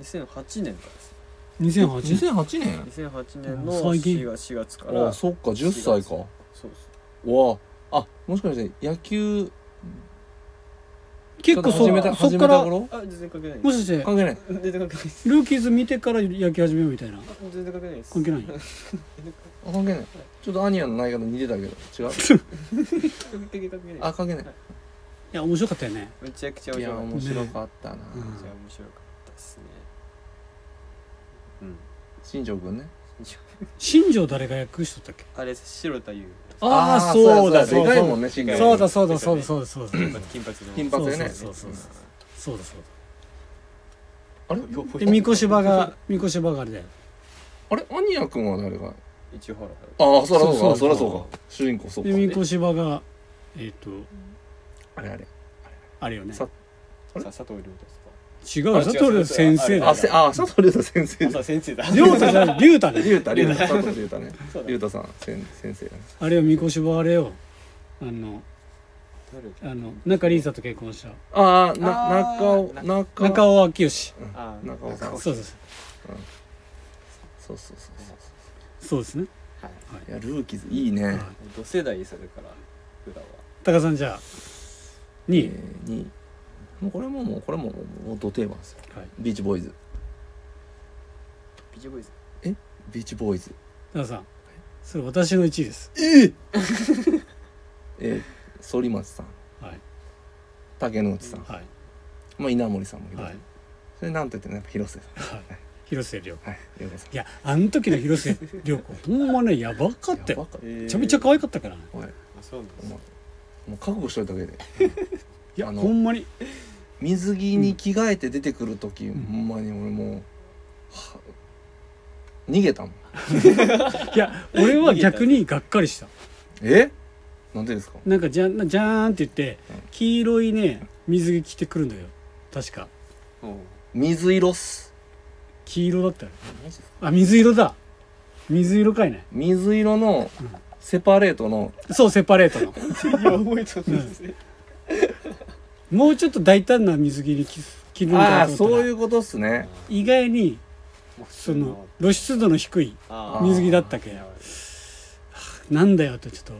2008年からです
2008
2008年
2008年の
最近
4月 ,4 月か
あ
ら
あそっか10歳か
そうです
わああもしかして野球
結構
ちょっと始め
そそ
た始
っ
め
か
た
ら
頃
あ全然関係ない
もしかして
関係ない
全然関係ないです
ルーキーズ見てから野球始めようみたいな
あ全然関係ないです
関係ない
あ関係ないちょっとアニアの内容が似てたけど違う
関係ない関係ない
あ関係ない
いや面白かったよね
めちゃくちゃ
い
面白
や
かった
面白かったな、
うん
めちゃ面白かったですねうん
新庄君ね
新庄誰が役しとったっけ
あれ白田優
あーそうだ
でかいもんね新
う
庄
ん
そうだそうだそうだそうだそうだそうだ
金髪の
金髪でね
そうそうそうそうそうだそう
あれ
だでみこしばがみこしばがあれだよ
あれアニア君は誰が
一応ほら
ああそらそ
そ
う
うそう
かそらそうか主人公そうか
でみこしばがえっと
あれあれ
あれよね
さあれ
さ佐藤亮太ですか
違うよ佐藤亮先生だ
あせあ佐藤龍太先生
あそう先生だ
亮太じゃ [LAUGHS] ない龍太ね
龍太龍太 [LAUGHS] 佐藤龍太ね
そうだ
龍太さん先先生だね
あれよみこしばあれよあの
誰
あの中里依紗と結婚した
ああ
あー
な中尾
中尾明義
あ
中尾さん
そうです
そうそうそうそう
そうですね
いやルーキーズいいね
同世代ですよだから裏は
高さんじゃあ2位
にもうこれももうこれももうド定番ですよ
はい
ビーチボーイズ
ビジョボイズ
ビーチボーイズ
高さんそれ私の1位です
えー反町さん
はい
竹野内さん
はい
まあ稲森さんもいる
はい
それなんと言ってねやっぱ広瀬さ
広末涼子
んはいようこさん
いやあの時の広末涼子ほんまねやばかった
やば
よ
かった
め
めちゃめちゃ可愛かったからね
おいも
そうなんで
う
す
もう覚悟しといただけで
いや
あの
ほんまに
水着に着替えて出てくる時、
ん
ほんまに俺もうは逃げたもん
いや俺は逆にがっかりした
えなんでですか
なんかじゃんじゃーんって言って
うん
黄色いね水着着てくるんだよ確か
うん
水色っす
黄色だったよ
マジですか
あ水色だ水色かいね
水色のセパレートの
そうセパレートの
[LAUGHS]
いや覚えてたんですね
もうちょっと大胆な水着に着着るん
あ
だ
あ
と
そ
思っ
う
た
い
ら
うことっすね
意外に
もう普
そ
通
の露出度の低い
あー
水着だったけ
いや
なんだよとちょっと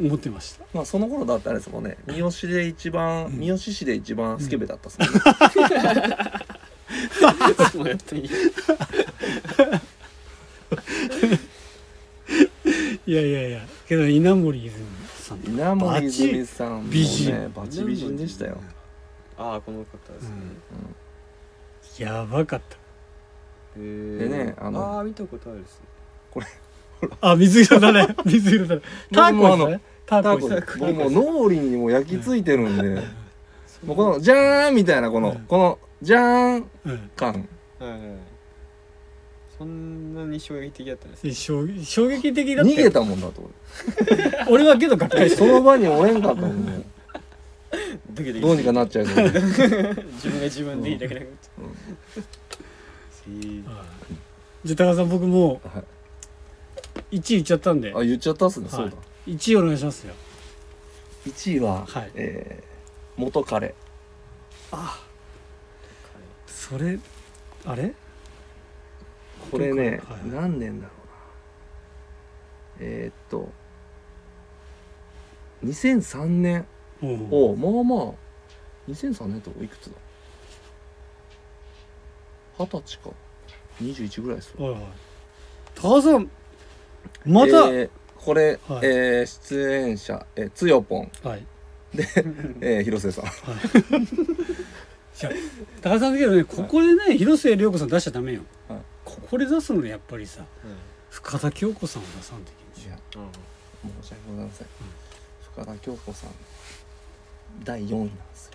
思ってました
まあその頃だってあれですもんね三好で一番、三好市で一番スケベだったっすもんね、
そうやっていい
いやいやいやけど稲森泉さんと
稲森泉さんもね
バチ美人
バチ美人でしたよ
ああこの方ですね
やばかった
へ
で
ー
ねあの
あー見たことあるですね
あ、 [LAUGHS] 水色だね。水色だね。ターコイズだね。タ
タ
ー
コ
コイズだね。
僕もう脳裏にもう焼き付いてる
[LAUGHS]
んでもうこの「じゃーん」みたいなこの、
うん
この「じゃーん
うん」
感
はいはいはいそんなに衝撃的だったんですね
で衝撃衝撃的だった
逃
よ
げたもんだと
俺はけどがっかり
俺
し
その場におれんかったもん
[LAUGHS]
ね
ドキドキ
どうにかなっちゃうけど
自分が自分でいなくなっちゃ
うん
うへ
た。じゃあ高田さん僕も
は
う1位いっちゃったんで
あ言っちゃったっすね、
はい
そうだ
1位お願いしますよ。
1位は、
はい
えー元彼
あ、それあれ
これね、
はい
何年だろうなえーっと2003年
おう
おまあまあ2003年とおいくつだ二十歳か21ぐらいですわ
はいはい高田さんまた、
えーこれ、
はい
えー出演者えーつよぽん、
はい
えー広
[LAUGHS]
瀬さん
いや高田さんだけどねここでね広末涼子さん出しちゃダメよ、
はい
ここで出すのがやっぱりさ
うん
深田恭子さんを出さんといけない
いや
うん
申し訳ございません、深田恭子さん第4位なんです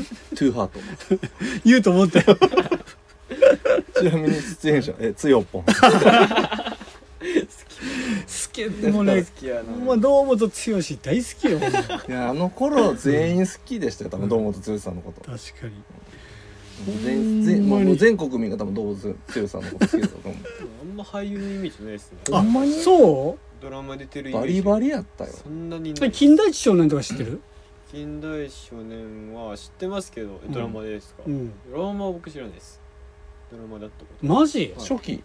[LAUGHS]
よトゥーハート
言うと思ったよ
ちなみに出演者、え、つよぽん。
好きも [LAUGHS] うね
好きやな
まあ堂本剛大好 [LAUGHS] きよほんま確か
いや、あの頃全員好きでしたよ、多分堂本剛さんのこと。
に
全、全、もう全国民が多分堂本剛さんのこと好きだと
[LAUGHS]
思
あんま俳優のイメージないですね
う。ほんまに
そ
ドラマ出てるイメー
バ
ジ
リバリやったよ。
そんなにな
う
い
金田一少年とか知ってる
近代少年は知ってますけど
ん
ドラマでですか、
うん
ドラマは僕知らないですドラマだったこと
マジ
初期。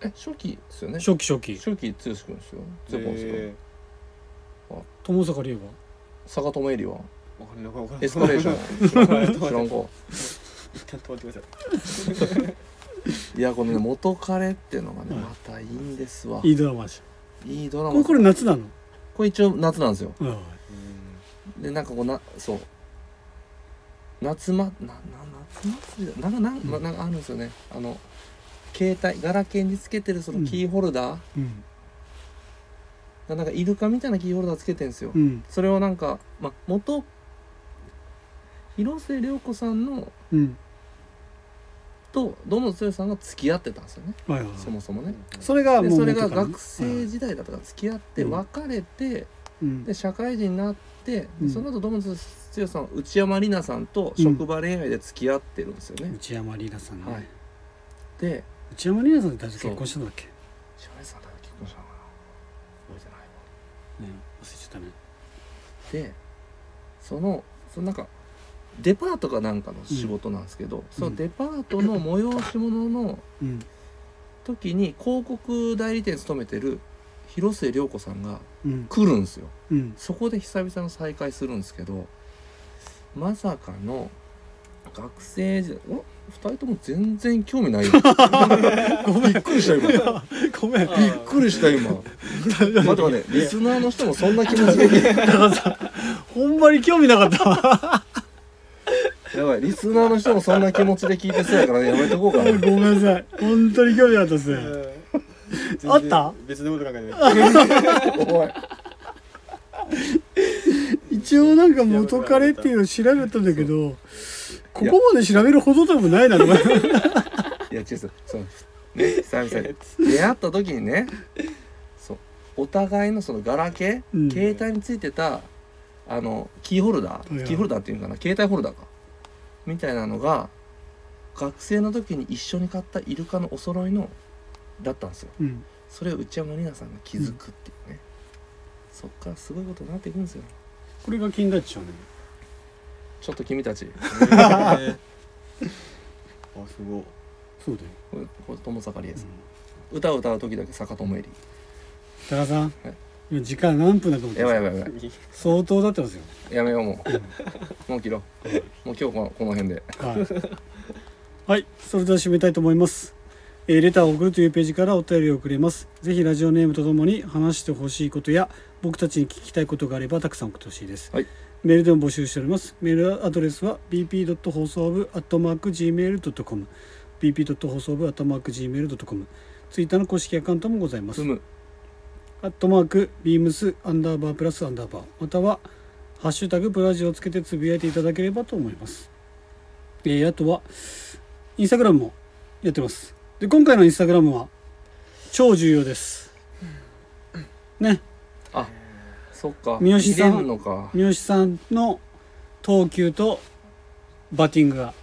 え、初期ですよね。
初期初期
初期剛くんですよ。つよぽんです
え
よ。
友坂龍馬
坂友絵里は。
ー、わかんないわかんない
エスカレーシ
[LAUGHS]
ョン。
ン止まって
知らんか。
一旦止まってください
いや、このね、元彼っていうのがね、
うん
またいいんですわ。
いいドラマじ
いいド
ゃん
ラ
これ
マ。
これ夏なの
これ一応夏なんですよ。
うん
でなんかこうなそう夏まなな夏祭りだなんかなん,、ま、なんかあるんですよねあの携帯ガラケーにつけてるそのキーホルダー
うん
がなんかイルカみたいなキーホルダーつけてるんですよ、
うん
それをなんかまあ元広末涼子さんの
うん
と堂本剛さんが付き合ってたんですよね、
はいはいはい
そもそもね
それが
で
もう
それ
元
が
からね
学生時代だとか付き合って
うん
別れて、
うん
で社会人になって、で
うん
その後堂本剛さんは内山里奈さんと職場恋愛で付き合ってるんですよね、
内山里奈さん
はい
ね、
で
内山里奈さんって誰と結婚したんだっけ
白石さんだけ結婚したのかな覚えてないわ
ね忘れちゃったね
でそのそのなんかデパートかなんかの仕事なんですけど、そのデパートの催し物の
うん
時に広告代理店勤めてる広末涼子さんが
うん
来るんですよ
うん
そこで久々の再会するんですけどまさかの学生時代お二人とも全然興味ないよ
ごめん
びっくりした今
ごめん
あ
びっくりした今待って待ってリスナーの人もそんな気持ちで
高田さんほんまに興味なかったわ
やばい、リスナーの人もそんな気持ちで聞いてそうやからね、やめとこうかな。
ごめんなさい [LAUGHS] 本当に興味なかったですね
うん
あった
別のこと考えてない
おい。
一応なんか元彼っていうのを調べたんだけどここまで調べるほどでもないなと思って
いや、違うそう、そう、ね、久々に。出会った時にね、そう、お互いのそのガラケ
う
ー、
ん
携帯についてた、あの、キーホルダ
はいは
ー、
い
キーホルダーっていうのかな、携帯ホルダーか。みたいなのが、学生の時に一緒に買ったイルカのお揃いの、だったんですよ。
うん
それを内山里奈さんが気づくっていうね。そっからすごいことになっていくんですよ。
これが金田一少年
ちょっと君たち、
えーあすごい
そうだよ、
これこれ友坂理恵
うん
さん。歌を歌う時だけ坂友入
高田さん
はい
今時間何分だと思っ
り
て
や
ます
ばいやばいやばい
相当だってますよ
やめようもうもう切ろうもう今日このこの辺で
はい、はい、それでは締めたいと思います、えーレターを送るというページからお便りを送れますぜひラジオネームとともに話してほしいことや僕たちに聞きたいことがあればたくさん送ってほしいです、
はい
メールでも募集しておりますメールアドレスは bp. 放送部 .gmail.com bp. 放送部 .gmail.com ツイッターの公式アカウントもございます
積む
アットマーク、ビームス、アンダーバープラスアンダーバー、または、ハッシュタグ、プラジをつけてつぶやいていただければと思います。えー、あとは、インスタグラムもやってます。で、今回のインスタグラムは、超重要です。ね、
あそっか
三好さん
入れのか
三好さんの投球とバッティングが、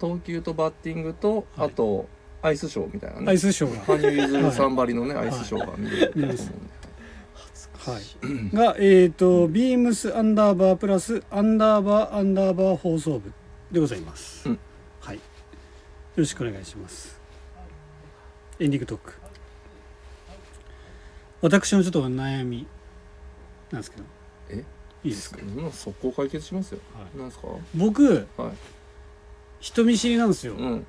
投球とバッティングと、
はい
あとアイスショーみたい
ア
な
イ
ね
スショーが、
羽生結弦さんばりのね、
い
アイスショーが見れると思うんで、
はい、が、えっ、と、ビームス、アンダーバープラス、アンダーバー、アンダーバー放送部でございます。
うん
はい。よろしくお願いします。エンディングトーク私のちょっと悩みなんですけど
え
いいですか
もう速攻解決しますよ、
は
なんですか
僕
はい
人見知りなんですよ、
うん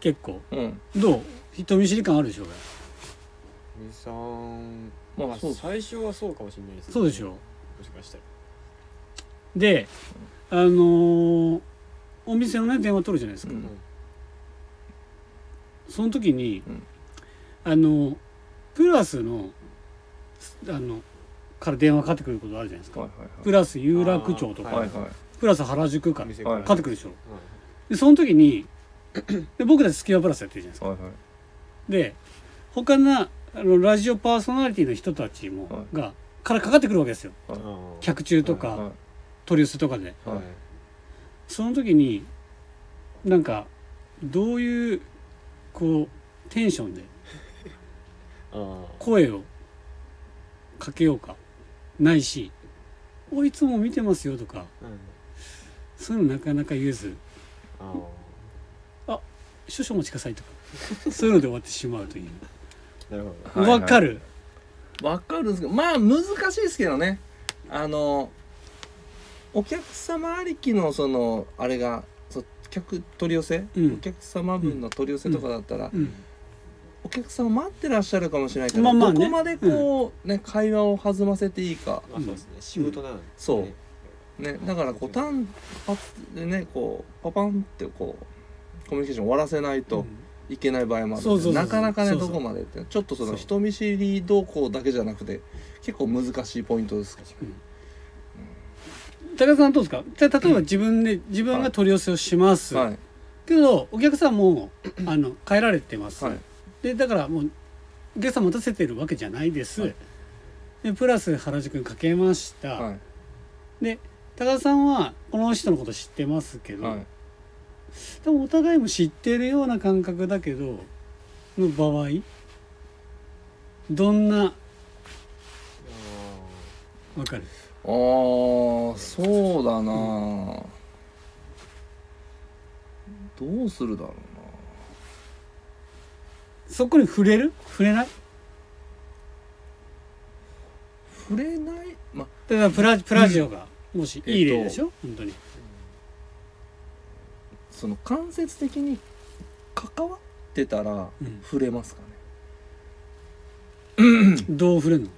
結構
うん
どう人見知り感あるでしょうが
二三。
ま
ま
あ
あ
そうです
最初はそうかもしれないです、ね。
そうでしょ
もしかしたら。
うであのーお店のね電話取るじゃないです
う
か、
ん
その時に、
うん
あのプラスのあのから電話かかってくることあるじゃないですか
はい
プラス有楽町とか、
あー
はいはいはいはい
プラス原宿か
お
ら
店
はい
かかってくるでしょでその時に [CLEARS THROAT] で僕たちスキマプラスやってるじゃないですか
はい
で他のあのラジオパーソナリティの人たちも、
は
がからかかってくるわけですよ
うんうん
客中とか、
はいはい
取り寄せとかで
はい。
その時になんかどういうこうテンションで
ああ。
声をかけようかないし「おいつも見てますよ」とか
うん。
そういうのなかなか言えず
あ
「少々お待ちください」と
[LAUGHS]
かそういうので終わってしまうという
あ。なるほ
はいはい
わかる
わかるんですけどまあ難しいですけどねあのお客様ありきのそのあれがそう客取り寄せ、
うん
お客様分の取り寄せとかだったら、
うん
お客様待ってらっしゃるかもしれないから、
まあまあね
どこまでこう、ね会話を弾ませていいか
ど。まあそうですね。仕事なのでね。
そうねだからこう単発でねこうパパンってこうコミュニケーション終わらせないといけない場合もある
そ
の
う
で、
そうそう
なかなかね
そうそう
どこまでってちょっとそ
そ
の
う
人見知り動向だけじゃなくて結構難しいポイントです
確か
高田さんどうですかじゃあ例えば自分で、自分が取り寄せをします、
はい
けどお客さんもあの帰られてます、
はい
でだからもうお客さん待たせてるわけじゃないです、
はい
でプラス原宿にかけました、
はい
で高田さんはこの人のこと知ってますけど、
はい
多分お互いも知ってるような感覚だけどの場合どんな
に。あ
わかる
あーそうだなあ、どうするだろ
そこに触れる触れないう
な触れないま
だからプラプラジオが、もしいい
えっ
例
と
でしょ、本当に
その間接的に関わってたら
うん
触れますかね、
どう触れるの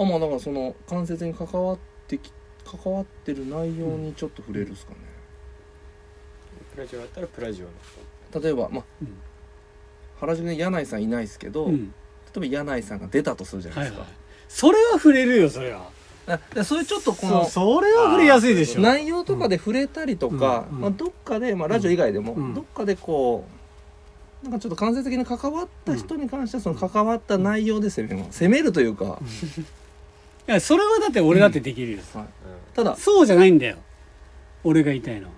あまあだからその間接に関わってき関わってる内容にちょっと触れるですかね、
あ。プラジオだったらプラジオの。
例えばまあ、
うん
原宿に柳井さんいないですけど、
うん
例えば柳井さんが出たとするじゃない
はい
で
は
す
い
か、
それは触れるよそれは
だからそれちょっとこ
そ
の
うそれは触れやすいでしょ
内容とかで触れたりとか、
うんうん
まあ、どっかで、まあ、ラジオ以外でも、
うん
どっかでこうなんかちょっと間接的に関わった人に関してはその関わった内容で攻めます攻めるというか、
いやそれはだって俺だってできるよ、
はい、
うん。
ただ
そうじゃないんだよ俺が言いたいのは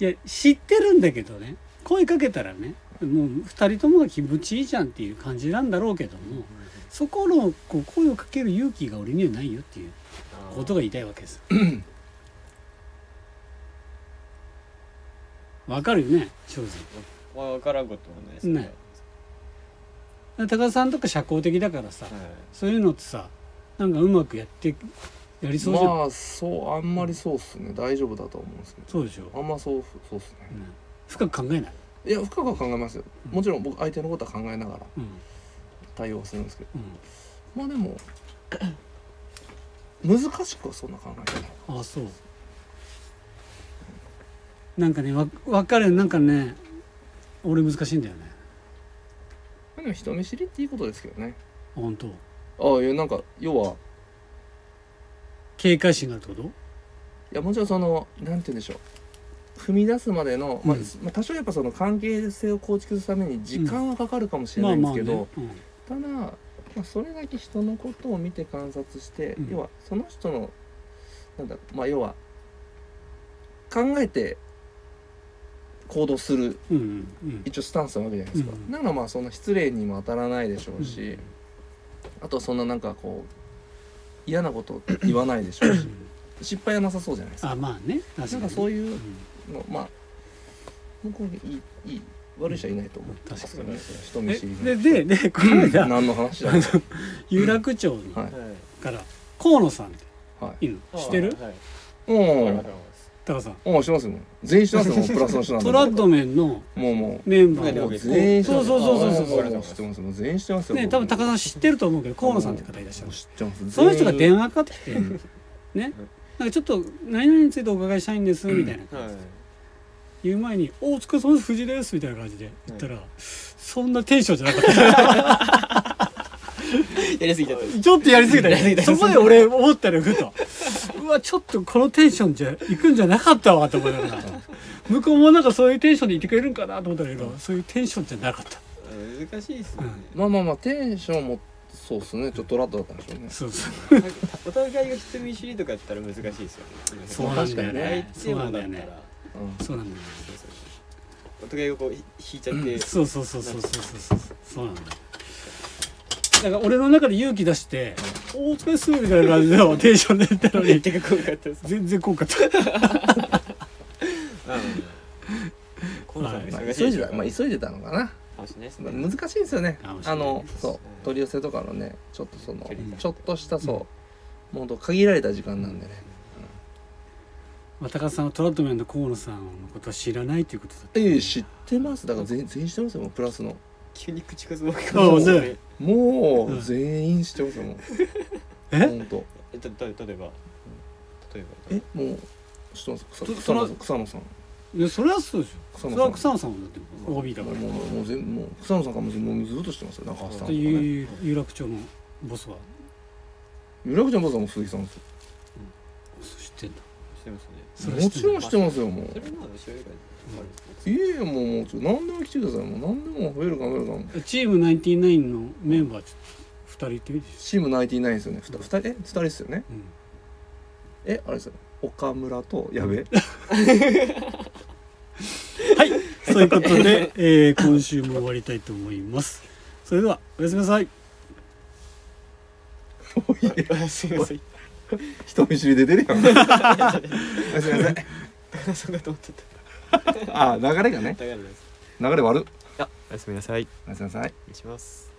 いや知ってるんだけどね声かけたらねもう2人ともが気持ちいいじゃんっていう感じなんだろうけどもそこのこう声をかける勇気が俺にはないよっていうことが言いたいわけ
[CLEARS THROAT]
ですわかるよね正直
まあ、分からんこともないです
ね高田さんとか社交的だからさ
はい
そういうのってさなんかうまくやってやりそうじゃん、
まあそうあんまりそうっすね大丈夫だと思うんですけ
そうでしょ、
どあんまそうそうっす
う
ね
ん、深く考えない、
いや深くは考えますよもちろん僕相手のことは考えながら
うん
対応はするんですけど
う
まあでも [CLEARS THROAT] 難しくはそんな考えてない
ん、ああそうなんかねわ分かるなんかね俺難しいんだよね
まあでも人見知りっていいことですけどね
本当
ああいやなんか要は
警戒心があるってこと
いやもちろんそのなんて言うんでしょう踏み出すまでの、まあ
うん
まあ多少やっぱその関係性を構築するために時間はかかるかもしれないんですけど、
ね
ただ、まあ、それだけ人のことを見て観察して、
うん
要はその人のなんだまあ要は考えて行動する
うん、うんうん
一応スタンスなわけじゃないですか、
うん
だからまあそんな失礼にも当たらないでしょう
う
し、あとはそんななんかこう嫌なこと言わないでしょう
う
し
ん
失敗はなさそうじゃないですか
あまあね確かに
なんかそう
う
いうんのまあ向こうにいいいい悪い人はいないと思う
確
かに
人見
え
知り
でででこの間
何の話だ
[LAUGHS] 有楽町に
は
はい
から河野さんって
はい
いるの知ってる
はい
も
わか
う
ります
高さん
もうしてますよ全員してますよもうプラスの人なん
ト
で
ラッドメンの
もうも
メンバ
う
ー
も
の
う全員してます
そうそうそうそうそう
もも知ってますもう全員してますよ
ね多分高田さん知ってると思うけど河野さんって方いらっしゃる
知ってます
その人が電
話
話かかってきて
ん
ねなんかちょっと何々についてお伺いしたいんですみたいな
はい
言う前に「おお疲れ様です藤井です」みたいな感じで言ったらそんなテンションじゃなかった
やりすぎちゃった
[LAUGHS] ちょっとやりすぎた
やりすぎ
ね
た
[LAUGHS] そこで俺思ったのよふとうわちょっとこのテンションじゃ行くんじゃなかったわと思いながら向こうもなんかそういうテンションでいてくれるんかなと思ったんだけどそういうテンションじゃなかった
うん難しいですね
まあまあまあテンションもそうっすねちょっとトラッドだったんでしょうね
そうそう
お互いが人見知りとかやったら難しいですよね
そうなんだよね
相手もだ
そうなん
った
だよ
ら
うん
そうなんだよ
そうそうそうお互いがこうひ引いちゃって
そうそうそうそうそうそうそうそうなんだよだから俺の中で勇気出して「お疲れっす」みたいな感じのテンションで言ったのに
手が怖かったです
全然こうかった
コロナ
はい
まあ
忙しい
急いでたまあ
い
急いでたのかな
かもしれないです
まあ
ね
難しいんですよね
かもしれない
あのそううん取り寄せとかのねちょっとその
距離
ちょっとしたそうもうほんと限られた時間なんでね
まあ高田さんはトラッドメント河野さんのことは知らないということだった
ええ知ってますだから全全員知ってますよもうプラスの
急に口数多く
そうね
も
うん
う全員知ってますよもう
え
ほんと
えたた例えば例えば
えもう知ってます草
と
草野さ
そ
ん草野さん
でそれはそうでしょ
草
それ
野さ
は
ん
草野さんもだって OB だ
も
から
うもうもう全もう草野さんからもうもうずっと知ってますよ中橋さんとかね
有有楽町のボスは
有楽町坊さんも鈴木さんですよ
知ってんだ
してますね
それは知っ
もち
てる
ろん知ってますよもう
それまあ後ろ以外であ
い
る
えいえもうもうちょ何でも来てくださいもう何でもウェルカムウェルカム
チーム99のメンバーちょっと2人行ってみて
チームナインティナインですよねふた二人え二人ですよね
うん
えあれですよ岡村と矢部
はいそういうことで、 [LAUGHS] えー今週も終わりたいと思いますそれではおやすみなさい
あ [LAUGHS] すいません
人見知りで出るやんあすいません
[LAUGHS] 高田さんがと思ってた
あ流れがね
高田です
流れ悪っ
あおやすみなさい
おやすみなさい
失礼します